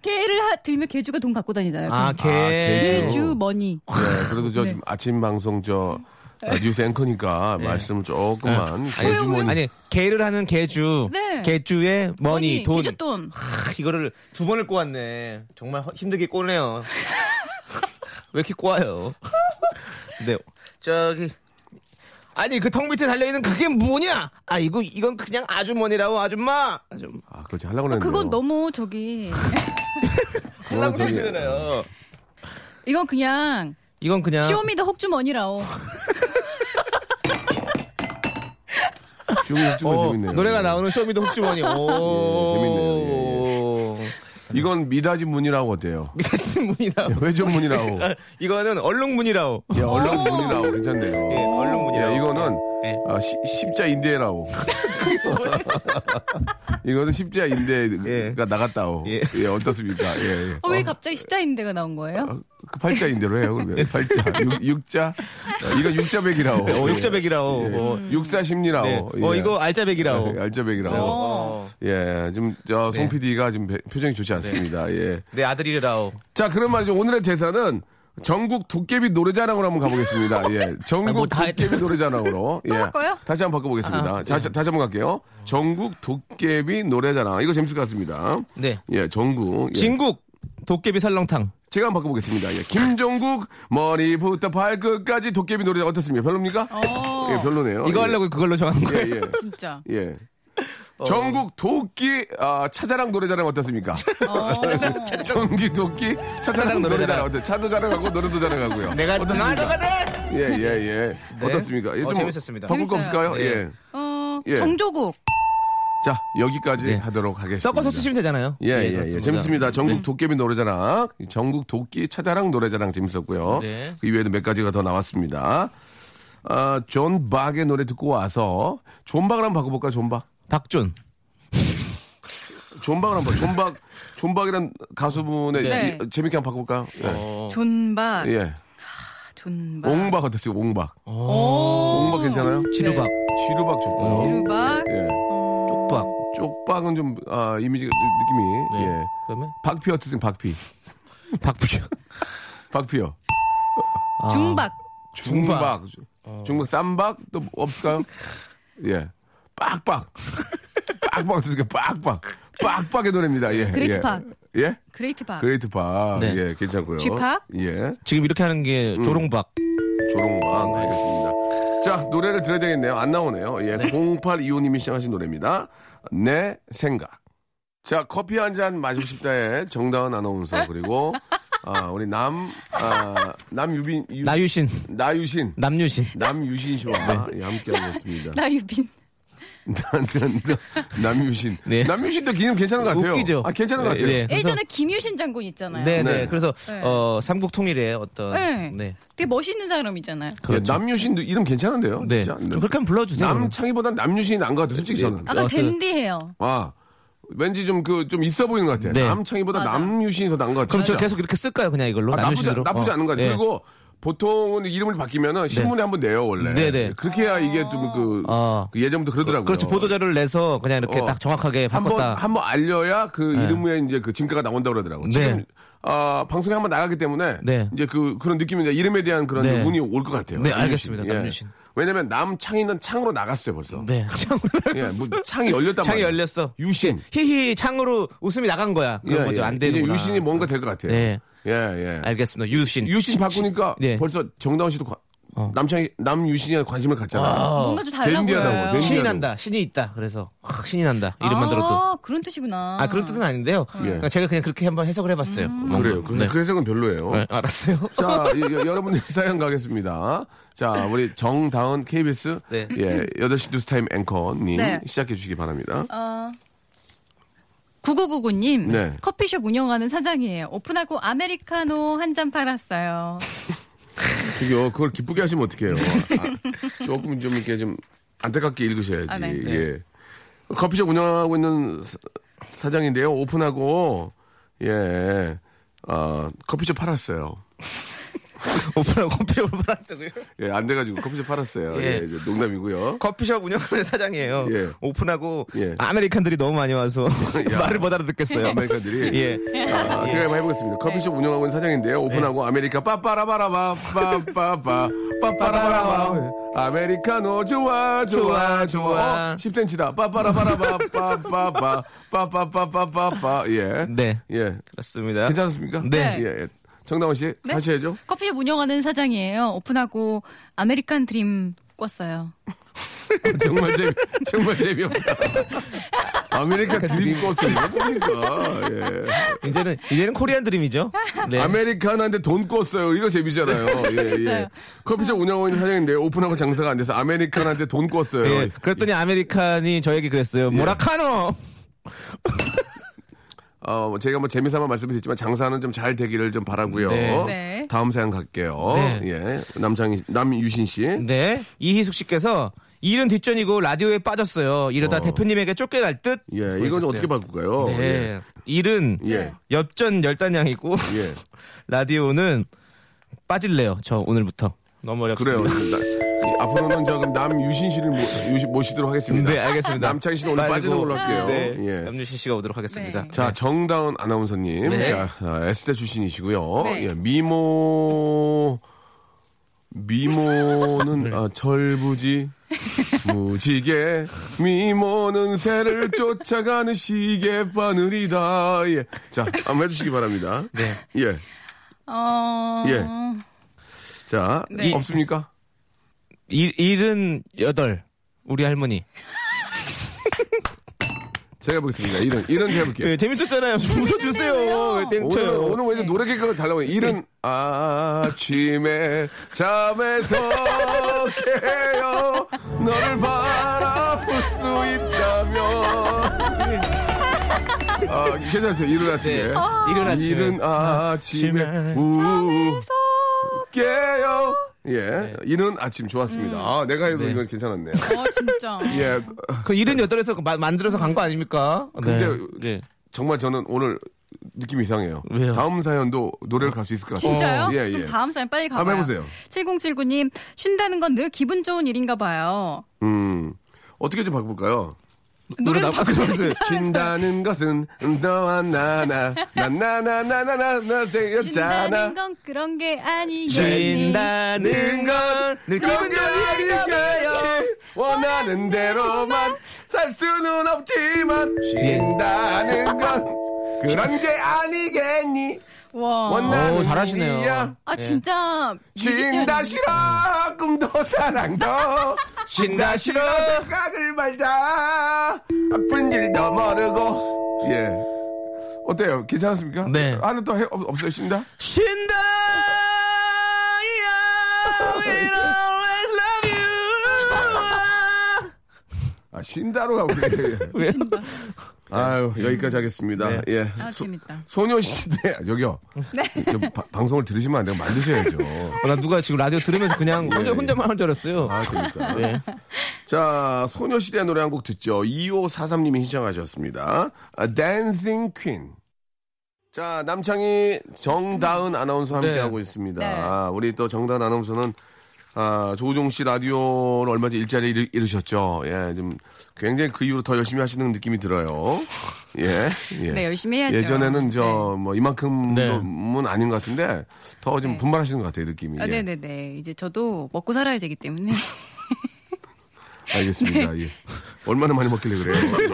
S3: 개를 하- 들면 개주가 돈 갖고 다니잖아요.
S6: 아, 개.
S3: 개주머니.
S2: 예, 그래도
S3: 네.
S2: 저 지금 아침 방송 저 아, 뉴스 앵커니까 말씀을 조금만
S6: 예. 아니,
S2: 개주머니
S6: 아니, 개를 하는 개주.
S3: 네.
S6: 개주의 머니, 돈.
S3: 개주돈.
S6: 아, 이거를 두 번을 꼬았네. 정말 허- 힘들게 꼬네요. 왜 이렇게 꼬아요? 네. 저기. 아니, 그 턱 밑에 달려있는 그게 뭐냐? 아, 이거, 이건 그냥 아주머니라고, 아줌마. 아줌마.
S2: 아, 그렇지 하려고 그랬는데.
S3: 어, 그건 너무 저기.
S6: 하려고
S3: 네.
S6: 그러잖아요.
S3: 이건 그냥
S6: 이건 그냥.
S3: 쇼미더 혹주머니라오.
S2: 쇼미
S6: 어,
S2: 재밌네요.
S6: 노래가 나오는 쇼미더 혹주머니. 오.
S2: 예, 이건 미다지 문이라고 어때요?
S6: 미사신 문이라고.
S2: 회전 문이라고.
S6: 이거는 얼룩 문이라고.
S2: 예, 얼른 문이라고 괜찮네요.
S6: 예, 얼룩 문이라고.
S2: 예, 이거는
S6: 예.
S2: 아, 시- 십자 인대라고. 이거는 십자 인대가
S6: 예.
S2: 나갔다오. 예.
S6: 예.
S2: 어떻습니까? 예, 예.
S3: 어, 왜 갑자기 십자인대가 나온 거예요?
S2: 아, 그 팔자 인대로 해요. 그러면 팔자, 육, 육자, 아, 이건 육자백이라고.
S6: 네. 어, 육자백이라고.
S2: 예.
S6: 어,
S2: 육사십리라고.
S6: 네. 어,
S2: 예.
S6: 이거 알짜배기라고.
S2: 예, 알짜백이라고.
S6: 어.
S2: 예, 지금 저송
S6: 네.
S2: PD가 지금 배- 표정이 좋지 않습니다. 예.
S6: 내 아들이라고.
S2: 자, 그런 말이죠. 오늘의 대사는 전국 도깨비 노래자랑으로 한번 가보겠습니다. 예. 전국
S6: 뭐다 아, 네.
S2: 도깨비 노래자랑으로. 예.
S3: 바꿔요?
S2: 다시 한번 바꿔보겠습니다. 자, 자, 다시 한번 갈게요. 전국 도깨비 노래자랑. 이거 재밌을 것 같습니다.
S6: 네.
S2: 예, 전국. 예.
S6: 진국 도깨비 설렁탕.
S2: 제가 한번 바꿔보겠습니다. 예. 김종국 머리부터 발끝까지 도깨비 노래자랑 어떻습니까? 별로입니까?
S3: 어,
S2: 예, 별로네요.
S6: 이거
S2: 예.
S6: 하려고 그걸로 정한
S2: 예,
S6: 거예요.
S2: 예.
S3: 진짜.
S2: 예. 전국 도끼 아, 차자랑 노래자랑 어떻습니까?
S3: 어.
S2: 전기 도끼 차자랑 노래자랑
S6: 노래자랑.
S2: 어때? 차도 자랑하고 노래도 자랑하고요.
S6: 내가
S2: 어떻습니까?
S6: 나가네.
S2: 예예 예.
S6: 네.
S2: 어떻습니까? 예,
S6: 어, 재밌었습니다.
S2: 바꿀 거
S3: 재밌어요.
S2: 없을까요?
S6: 네.
S2: 예.
S3: 어,
S2: 예.
S3: 정조국.
S2: 자 여기까지
S6: 네.
S2: 하도록 하겠습니다.
S6: 섞어서 쓰시면 되잖아요. 네,
S2: 예예예
S6: 그렇습니다.
S2: 재밌습니다. 전국 도깨비 노래자랑, 전국 도끼 차자랑 노래자랑 재밌었고요.
S6: 네.
S2: 그 이외에도 몇 가지가 더 나왔습니다. 아, 존 박의 노래 듣고 와서 존박을 한번 바꿔볼까? 요 존박.
S6: 박준.
S2: 존박을 한번 존박 존박이란 가수분의
S3: 네.
S2: 이- 재밌게 한번 바꿔볼까요? 예.
S6: 어.
S3: 존박.
S2: 예.
S3: 존박.
S2: 옹박 어땠어요? 옹박.
S3: 오.
S2: 옹박 괜찮아요?
S6: 지루박.
S2: 예. 시루박 좋고.
S3: 지루박.
S2: 예.
S6: 쪽박.
S2: 쪽박은 좀 아, 이미지가 느낌이.
S6: 네.
S2: 예.
S6: 그러면
S2: 박피 어땠어요? 박피.
S6: 박부죠.
S2: 박피요.
S6: 아,
S3: 중박.
S2: 중박. 어. 중박 쌈박 또뭐 없을까요? 예. 빡빡. 빡빡 어땠어요? 빡빡. 빡빡의 노래입니다. 예.
S3: 그레이트 아.
S2: 예.
S3: 박.
S2: 예?
S3: 그레이트 박.
S2: 그레이트 박.
S6: 네.
S2: 예, 괜찮고요.
S3: 쥐팍?
S2: 예.
S6: 지금 이렇게 하는 게
S2: 음.
S6: 조롱박.
S2: 조롱왕 알겠습니다. 자 노래를 들어야 되겠네요. 안 나오네요. 예, 0825님이 시작하신 노래입니다. 내 생각. 자 커피 한 잔 마시고 싶다의 정다은 아나운서 그리고 아, 우리 남 아, 남유빈 유,
S6: 나유신.
S2: 나유신
S6: 남유신.
S2: 남유신
S6: 네.
S2: 씨와 예, 함께하고 있습니다. 네.
S3: 나유빈.
S2: 남- 남- 남- 남유신
S6: 네.
S2: 남유신도 기념 괜찮은 것 같아요.
S6: 웃기죠.
S2: 아 괜찮은 것 같아요.
S6: 네, 네.
S3: 예전에 김유신 장군 있잖아요.
S6: 네,
S2: 네.
S6: 네. 그래서
S3: 네.
S6: 어 삼국 통일의 어떤
S3: 네.
S6: 네.
S3: 되게 멋있는 사람이잖아요.
S2: 예, 남유신 이름 괜찮은데요.
S6: 그렇죠. 네.
S2: 진짜?
S6: 좀 그렇게 한번 불러 주세요.
S2: 남창희보단 남유신이 나은 것 같아요. 솔직히
S6: 네.
S2: 저는.
S3: 아까
S6: 어떤-
S3: 댄디해요.
S2: 아, 왠지 좀 그 좀 있어 보이는 것 같아.
S6: 네.
S2: 남창희보다
S3: 맞아.
S2: 남유신이 더 나은 것 같아.
S6: 그럼 저
S2: 진짜.
S6: 계속 이렇게 쓸까요? 그냥 이걸로
S2: 아, 나쁘지,
S6: 남유신으로.
S2: 나쁘지
S6: 어.
S2: 않은 것 같아.
S6: 네.
S2: 그리고 보통은 이름을 바뀌면은 신문에 한번 내요 원래.
S6: 네, 네.
S2: 그렇게 해야 이게 좀 그
S6: 아.
S2: 예전부터 그러더라고요.
S6: 그렇죠. 보도 자료를 내서 그냥 이렇게
S2: 어.
S6: 딱 정확하게
S2: 한번
S6: 바꿨다.
S2: 한번 알려야 그 이름에 이제 그 진가가 나온다 고 그러더라고. 요
S6: 네.
S2: 지금 아, 방송에 한번 나가기 때문에
S6: 네.
S2: 이제 그 그런 느낌이 이제 이름에 대한 그런
S6: 네.
S2: 운이 올 것 같아요.
S6: 네,
S2: 남유신.
S6: 알겠습니다.
S2: 예.
S6: 남유신.
S2: 왜냐면 남창희는 창으로 나갔어요 벌써.
S6: 네. 창으로
S2: 예, 뭐 창이 열렸단
S6: 창이
S2: 말이에요.
S6: 열렸어.
S2: 유신.
S6: 히히 창으로 웃음이 나간 거야. 그런 거죠. 안
S2: 예, 이제 뭐-
S6: 되는구나.
S2: 유신이 뭔가 될 것 같아요.
S6: 네.
S2: 예, 예.
S6: 알겠습니다. 유신.
S2: 유신 바꾸니까
S6: 네. 어.
S2: 벌써 정다운 씨도 과- 남창 남유신이한테 관심을 갖잖아.
S6: 아,
S3: 뭔가 좀 달라
S2: 댄디하다고,
S3: 보여요.
S2: 댄디.
S6: 신이 난다. 신이 있다. 그래서 확 신이 난다. 이름만 들어도.
S3: 아, 네. 그런 뜻이구나.
S6: 아 그런 뜻은 아닌데요. 그냥 제가 그냥 그렇게 한번 해석을 해봤어요.
S3: 음.
S6: 뭔가.
S2: 예. 그래요. 그,
S6: 네.
S2: 그 해석은 별로예요.
S6: 네, 알았어요.
S2: 자, 여- 여- 여러분들 사연 가겠습니다. 자, 우리 정다은 KBS
S6: 네.
S2: 예, 8시 뉴스타임 앵커님
S3: 네. 어.
S2: 시작해 주시기 바랍니다.
S3: 9999님,
S2: 네.
S3: 아. 커피숍 운영하는 사장이에요. 오픈하고 아메리카노 한 잔 팔았어요.
S2: 저기요, 그걸 기쁘게 하시면 어떡해요. 아, 조금 좀 이렇게 좀 안타깝게 읽으셔야지.
S3: 네. 아, 네.
S2: 예. 커피숍 운영하고 있는 사- 사장인데요. 오픈하고, 예, 아, 커피숍 팔았어요.
S6: 오픈하고 커피숍을 팔았다고요?
S2: 예, 안 돼가지고 커피숍 팔았어요.
S6: 예.
S2: 예, 이제 농담이고요.
S6: 커피숍 운영하는 사장이에요.
S2: 예.
S6: 오픈하고
S2: 예.
S6: 아메리칸들이 너무 많이 와서
S2: 야.
S6: 말을 못 알아듣겠어요.
S2: 아메리카들이.
S6: 예.
S2: 아, 제가 한번 해보겠습니다. 커피숍 운영하고 있는 사장인데요. 오픈하고 아메리카 빠빠라바라바 빠빠빠 빠빠라바라바 아메리카노 좋아 좋아
S6: 좋아,
S2: 좋아
S6: 좋아.
S2: 10cm다 빠빠라바라바 빠빠빠 빠빠빠빠빠빠 예.
S6: 네.
S2: 예.
S6: 그렇습니다.
S2: 괜찮습니까?
S6: 네.
S2: 예. 예. 정다원 씨
S3: 네?
S2: 하셔야죠.
S3: 커피숍 운영하는 사장이에요. 오픈하고 아메리칸 드림 꿨어요.
S2: 아, 정말 재미 정말 재미없다. 아메리카 드림 코스 이거 뭡니까? 예.
S6: 이제는 이제는 코리안 드림이죠. 네.
S2: 아메리카노한테 돈 꿨어요. 이거 재미잖아요. 예, 예. 커피숍 운영하고 있는 사장인데 오픈하고 장사가 안 돼서 아메리카노한테 돈 꿨어요.
S6: 예. 그랬더니 아메리칸이 저에게
S2: 예.
S6: 그랬어요. 모라카노.
S2: 어, 제가 뭐 재미삼아 말씀드렸지만 장사는 좀 잘 되기를 좀 바라고요.
S6: 네.
S3: 네.
S2: 다음 사연 갈게요.
S6: 네.
S2: 예. 남창희 남유신 씨. 예,
S6: 네. 이희숙 씨께서 일은 뒷전이고 라디오에 빠졌어요. 이러다 대표님에게 쫓겨날 듯.
S2: 예. 이건
S6: 보여주셨어요.
S2: 어떻게 바꿀까요?
S6: 네. 일은
S2: 예.
S6: 엽전 열단량이고
S2: 예. 예.
S6: 라디오는 빠질래요. 저 오늘부터. 너무
S2: 그래요.
S6: 어렵습니다.
S2: 나- 이- 앞으로는 저 그럼 남유신 씨를 모, 유시- 모시도록 하겠습니다.
S6: 네, 알겠습니다.
S2: 남창희 씨는 오늘
S6: 말고.
S2: 빠지는 걸로 할게요.
S6: 네.
S2: 예.
S6: 남유신 씨가 오도록 하겠습니다.
S3: 네.
S2: 자, 정다운 아나운서님.
S6: 네.
S2: 자, 아, S대 출신이시고요.
S3: 네.
S2: 예, 미모, 미모는 아, 철부지, 무지개, 미모는 새를 쫓아가는 시계 바늘이다. 예. 자, 한번 해주시기 바랍니다. 네. 예.
S3: 어...
S2: 예. 자,
S3: 네.
S2: 이- 없습니까?
S6: 일, 일은 여덟. 우리 할머니.
S2: 제가 해보겠습니다. 이런, 이런 제가 해볼게요.
S6: 예, 재밌었잖아요. 웃어주세요. 왜
S2: 오늘
S6: 땡쳐요.
S2: 오늘 왠지 노래 개그가 잘 나오네. 이른 아침에 잠에서 깨어 너를 바라볼 수 있다면 아 괜찮죠 이른 아침에
S6: 네. 이른 아침에.
S2: 이른 아침에
S6: 아침에
S2: 우 깨요
S6: 네.
S2: 예 이른 아침 좋았습니다
S6: 음.
S2: 아 내가 해도 이건 괜찮았네요
S3: 어, 진짜.
S2: 예
S6: 그 일은 여덟에서 마- 만들어서 간 거 아닙니까?
S2: 근데-
S6: 네. 네.
S2: 정말 저는 오늘 느낌 이상해요
S6: 왜요?
S2: 다음 사연도 노래를 갈 수 있을 것 같아요
S3: 진짜요?
S2: 예, 예.
S3: 그럼 다음 사연 빨리
S2: 한번
S3: 가봐요.
S2: 해보세요.
S3: 7079님, 쉰다는 건 늘 기분 좋은 일인가 봐요.
S2: 음. 어떻게 좀 바꿔볼까요?
S3: 노래를
S6: 나빠-
S3: 바꾸면
S2: 쥔다는 것은 너와 나나 나나나나나나
S3: 쉰다는
S2: 되었잖아
S3: 건 그런 게 아니겠니?
S6: 네. 쉰다는
S2: 건늘
S6: 기분 좋은 일인가요?
S2: 원하는 대로만 살 수는 없지만 쉰다는 건 그런 게 아니겠니 어.
S3: 와.
S2: 원하는
S6: 오, 잘하시네요.
S2: 일이야
S3: 아, 진짜.
S2: 쉰다 예. 싫어 꿈도 사랑도 쉰다 싫어 생각을 말자 아픈 일도 모르고 예 어때요 괜찮았습니까?
S6: 네.
S2: 하나 또 해, 없, 없어요 쉰다?
S6: 쉰다. yeah, we'll always love you.
S2: 아 쉰다로 가고 그래요.
S6: 왜요? 네.
S2: 아유 여기까지 하겠습니다 예
S3: 아,
S2: 소,
S3: 재밌다. 네.
S2: 소녀시대 아, 저기요 저 바- 방송을 들으시면 안 되고 만드셔야죠
S6: 어, 나 누가 지금 라디오 들으면서 그냥
S2: 예.
S6: 혼자 혼자만 한 줄 알았어요.
S2: 아 재밌다
S6: 네.
S2: 자 소녀시대 노래 한 곡 듣죠 2543님이 신청하셨습니다 아, Dancing Queen 자 남창희 정다은 아나운서
S6: 네.
S2: 함께하고 있습니다
S3: 네.
S2: 아, 우리 또 정다은 아나운서는 아, 조우종 씨 라디오를 얼마 전에 일자리 잃, 잃으셨죠 예, 좀 굉장히 그 이후로 더 열심히 하시는 느낌이 들어요 예, 예.
S3: 네, 열심히 해야죠.
S2: 예전에는 저 뭐 이만큼은
S6: 네.
S2: 아닌 것 같은데 더 좀
S3: 네.
S2: 분발하시는 것 같아요 느낌이.
S3: 아,
S2: 예.
S3: 네네네. 이제 저도 먹고 살아야 되기 때문에.
S6: 네.
S2: 알겠습니다. 예. 얼마나 많이 먹길래 그래요? 예.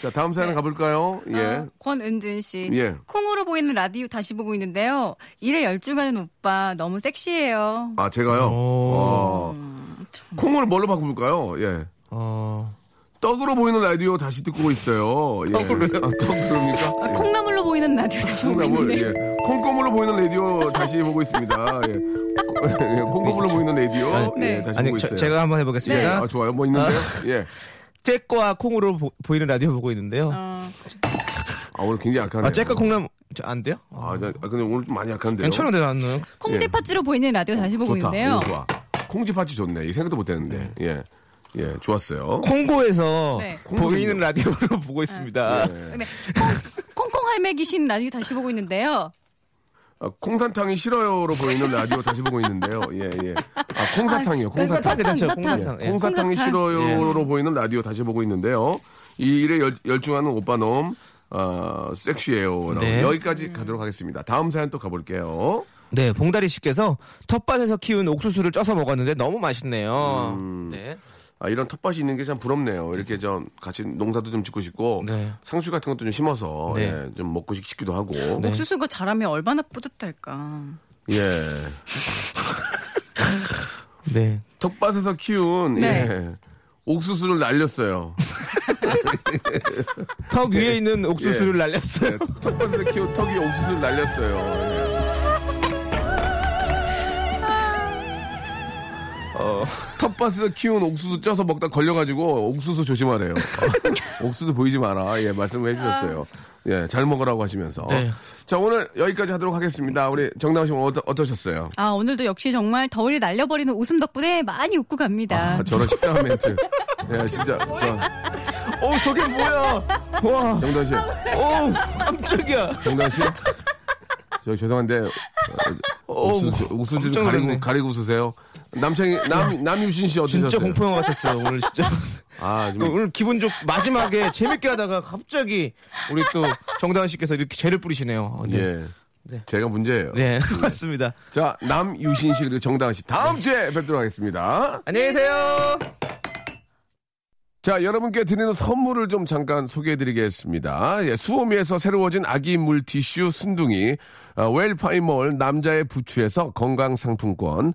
S2: 자, 다음
S6: 네.
S2: 사연 가볼까요? 예.
S3: 어, 권은진 씨.
S2: 예.
S3: 콩으로 보이는 라디오 다시 보고 있는데요. 일에 열중하는 오빠 너무 섹시해요.
S2: 아, 제가요? 어,
S6: 음,
S2: 콩을 뭘로 바꿔볼까요? 예.
S6: 어,
S2: 떡으로 보이는 라디오 다시 듣고 있어요. 예.
S6: 떡으로요?
S2: 아, 떡으로입니까?
S7: 아, 콩나물로 보이는 라디오 다시 보고
S2: 콩나물,
S7: 있는데
S2: 예. 콩고물로 보이는 라디오 다시 보고 있습니다. 예. 예, 콩고물로 보이는 라디오 예, 다시
S6: 네, 아니
S2: 보고
S6: 저-
S2: 있어요.
S6: 제가 한번
S2: 예,
S6: 해보겠습니다.
S2: 아, 좋아요. 뭐 있는데요? 예.
S6: 잭과 콩으로 보, 이는 라디오 보고 있는데요.
S3: 어,
S2: 아, 오늘 굉장히 약하네요.
S6: 아, 잭과 콩남 저안 돼요?
S2: 아, 저- 아, 근데 오늘 좀 많이 약한데요.
S6: 괜찮은데 나는
S7: 콩지 팥지로 보이는 라디오 다시 보고
S2: 예. 좋다.
S7: 있는데요.
S2: 이거 좋아. 콩집 파츠 좋네. 이 생각도 못했는데. 예. 예, 좋았어요.
S6: 콩고에서
S3: 네.
S6: 보이는 라디오로 보고 있습니다. 네.
S2: 예.
S3: 근데 네. 콩, 콩콩 할매기신 라디오 다시 보고 있는데요.
S2: 아, 콩사탕이 싫어요로 보이는 라디오 다시 보고 있는데요. 예, 예. 아, 콩사탕이요. 콩사탕.
S6: 괜찮죠?
S7: 사탕,
S6: 콩사탕. 예.
S2: 콩사탕이
S7: 콩사탕.
S2: 싫어요로 보이는 라디오 다시 보고 있는데요. 이 일에 열, 열중하는 오빠놈, 어, 섹시해요.
S6: 네.
S2: 여기까지 가도록 하겠습니다. 다음 사연 또 가볼게요.
S6: 네, 봉다리 씨께서 텃밭에서 키운 옥수수를 쪄서 먹었는데 너무 맛있네요. 네.
S2: 아, 이런 텃밭이 있는 게 참 부럽네요. 이렇게 좀 같이 농사도 좀 짓고 싶고
S6: 네.
S2: 상추 같은 것도 좀 심어서
S6: 네.
S2: 예, 좀 먹고 싶기도 하고
S3: 옥수수가 잘하면 얼마나 뿌듯할까.
S2: 예
S6: 네.
S2: 텃밭에서 키운 예, 옥수수를 날렸어요.
S6: 턱 위에 있는 옥수수를 날렸어요.
S2: 네, 텃밭에서 키운 턱이 옥수수를 날렸어요. 예. 어, 텃밭에서 키운 옥수수 쪄서 먹다 걸려가지고 옥수수 조심하래요. 아, 옥수수 보이지 마라. 예, 말씀을 해주셨어요. 예, 잘 먹으라고 하시면서.
S6: 네.
S2: 자, 오늘 여기까지 하도록 하겠습니다. 우리 정다은 씨 어떠, 어떠셨어요?
S3: 아, 오늘도 역시 정말 더위를 날려버리는 웃음 덕분에 많이 웃고 갑니다.
S2: 아, 저런 식사한 멘트. 예, 진짜. 자,
S6: 어, 저게 뭐야? 와.
S2: 정다은 씨.
S6: 오, 깜짝이야.
S2: 정다은 씨. 저 죄송한데
S6: 어,
S2: 옥수수, 옥수수 좀
S6: 깜짝
S2: 가리고,
S6: 놀랐네. 네.
S2: 가리고 쓰세요. 남창이 남 남유신 씨 어떠셨어요?
S6: 진짜 공포 영화 같았어요. 오늘 진짜.
S2: 아, 좀
S6: 오늘 기분 좋 마지막에 재밌게 하다가 갑자기 우리 또 정다은 씨께서 이렇게 죄를 뿌리시네요. 어, 네.
S2: 예. 제가 문제예요.
S6: 네, 맞습니다.
S2: 자, 남유신 씨 그리고 정다은 씨 다음 주에 뵙도록 하겠습니다.
S6: 안녕히 계세요.
S2: 자, 여러분께 드리는 선물을 좀 잠깐 소개해드리겠습니다. 예, 수오미에서 새로워진 아기 물티슈 순둥이, 아, 웰파이몰 남자의 부추에서 건강상품권,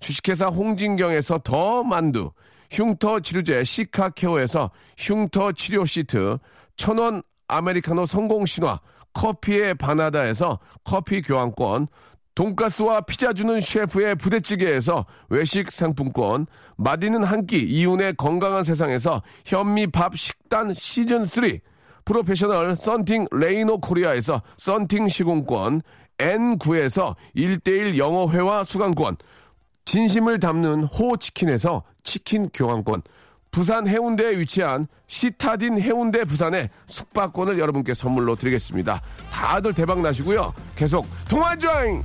S2: 주식회사 홍진경에서 더 만두, 흉터 치료제 시카케어에서 흉터 치료 시트, 천원 아메리카노 성공 신화, 커피의 바나다에서 커피 교환권, 돈가스와 피자 주는 셰프의 부대찌개에서 외식 상품권, 맛있는 한 끼 이윤의 건강한 세상에서 현미밥 식단 시즌 3, 프로페셔널 썬팅 레이노 코리아에서 썬팅 시공권, N9에서 1대1 영어회화 수강권, 진심을 담는 호치킨에서 치킨 교환권, 부산 해운대에 위치한 시타딘 해운대 부산의 숙박권을 여러분께 선물로 드리겠습니다. 다들 대박 나시고요. 계속 통화 조잉!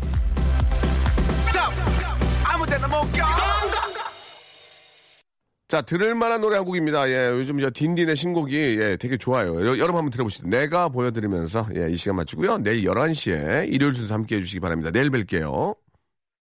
S2: 자, 들을 만한 노래 한 곡입니다. 예, 요즘 저 딘딘의 신곡이 예, 되게 좋아요. 여, 러분 한번 들어보시죠. 내가 보여드리면서 예, 이 시간 마치고요. 내일 11시에 일요일 순서 함께 해주시기 바랍니다. 내일 뵐게요.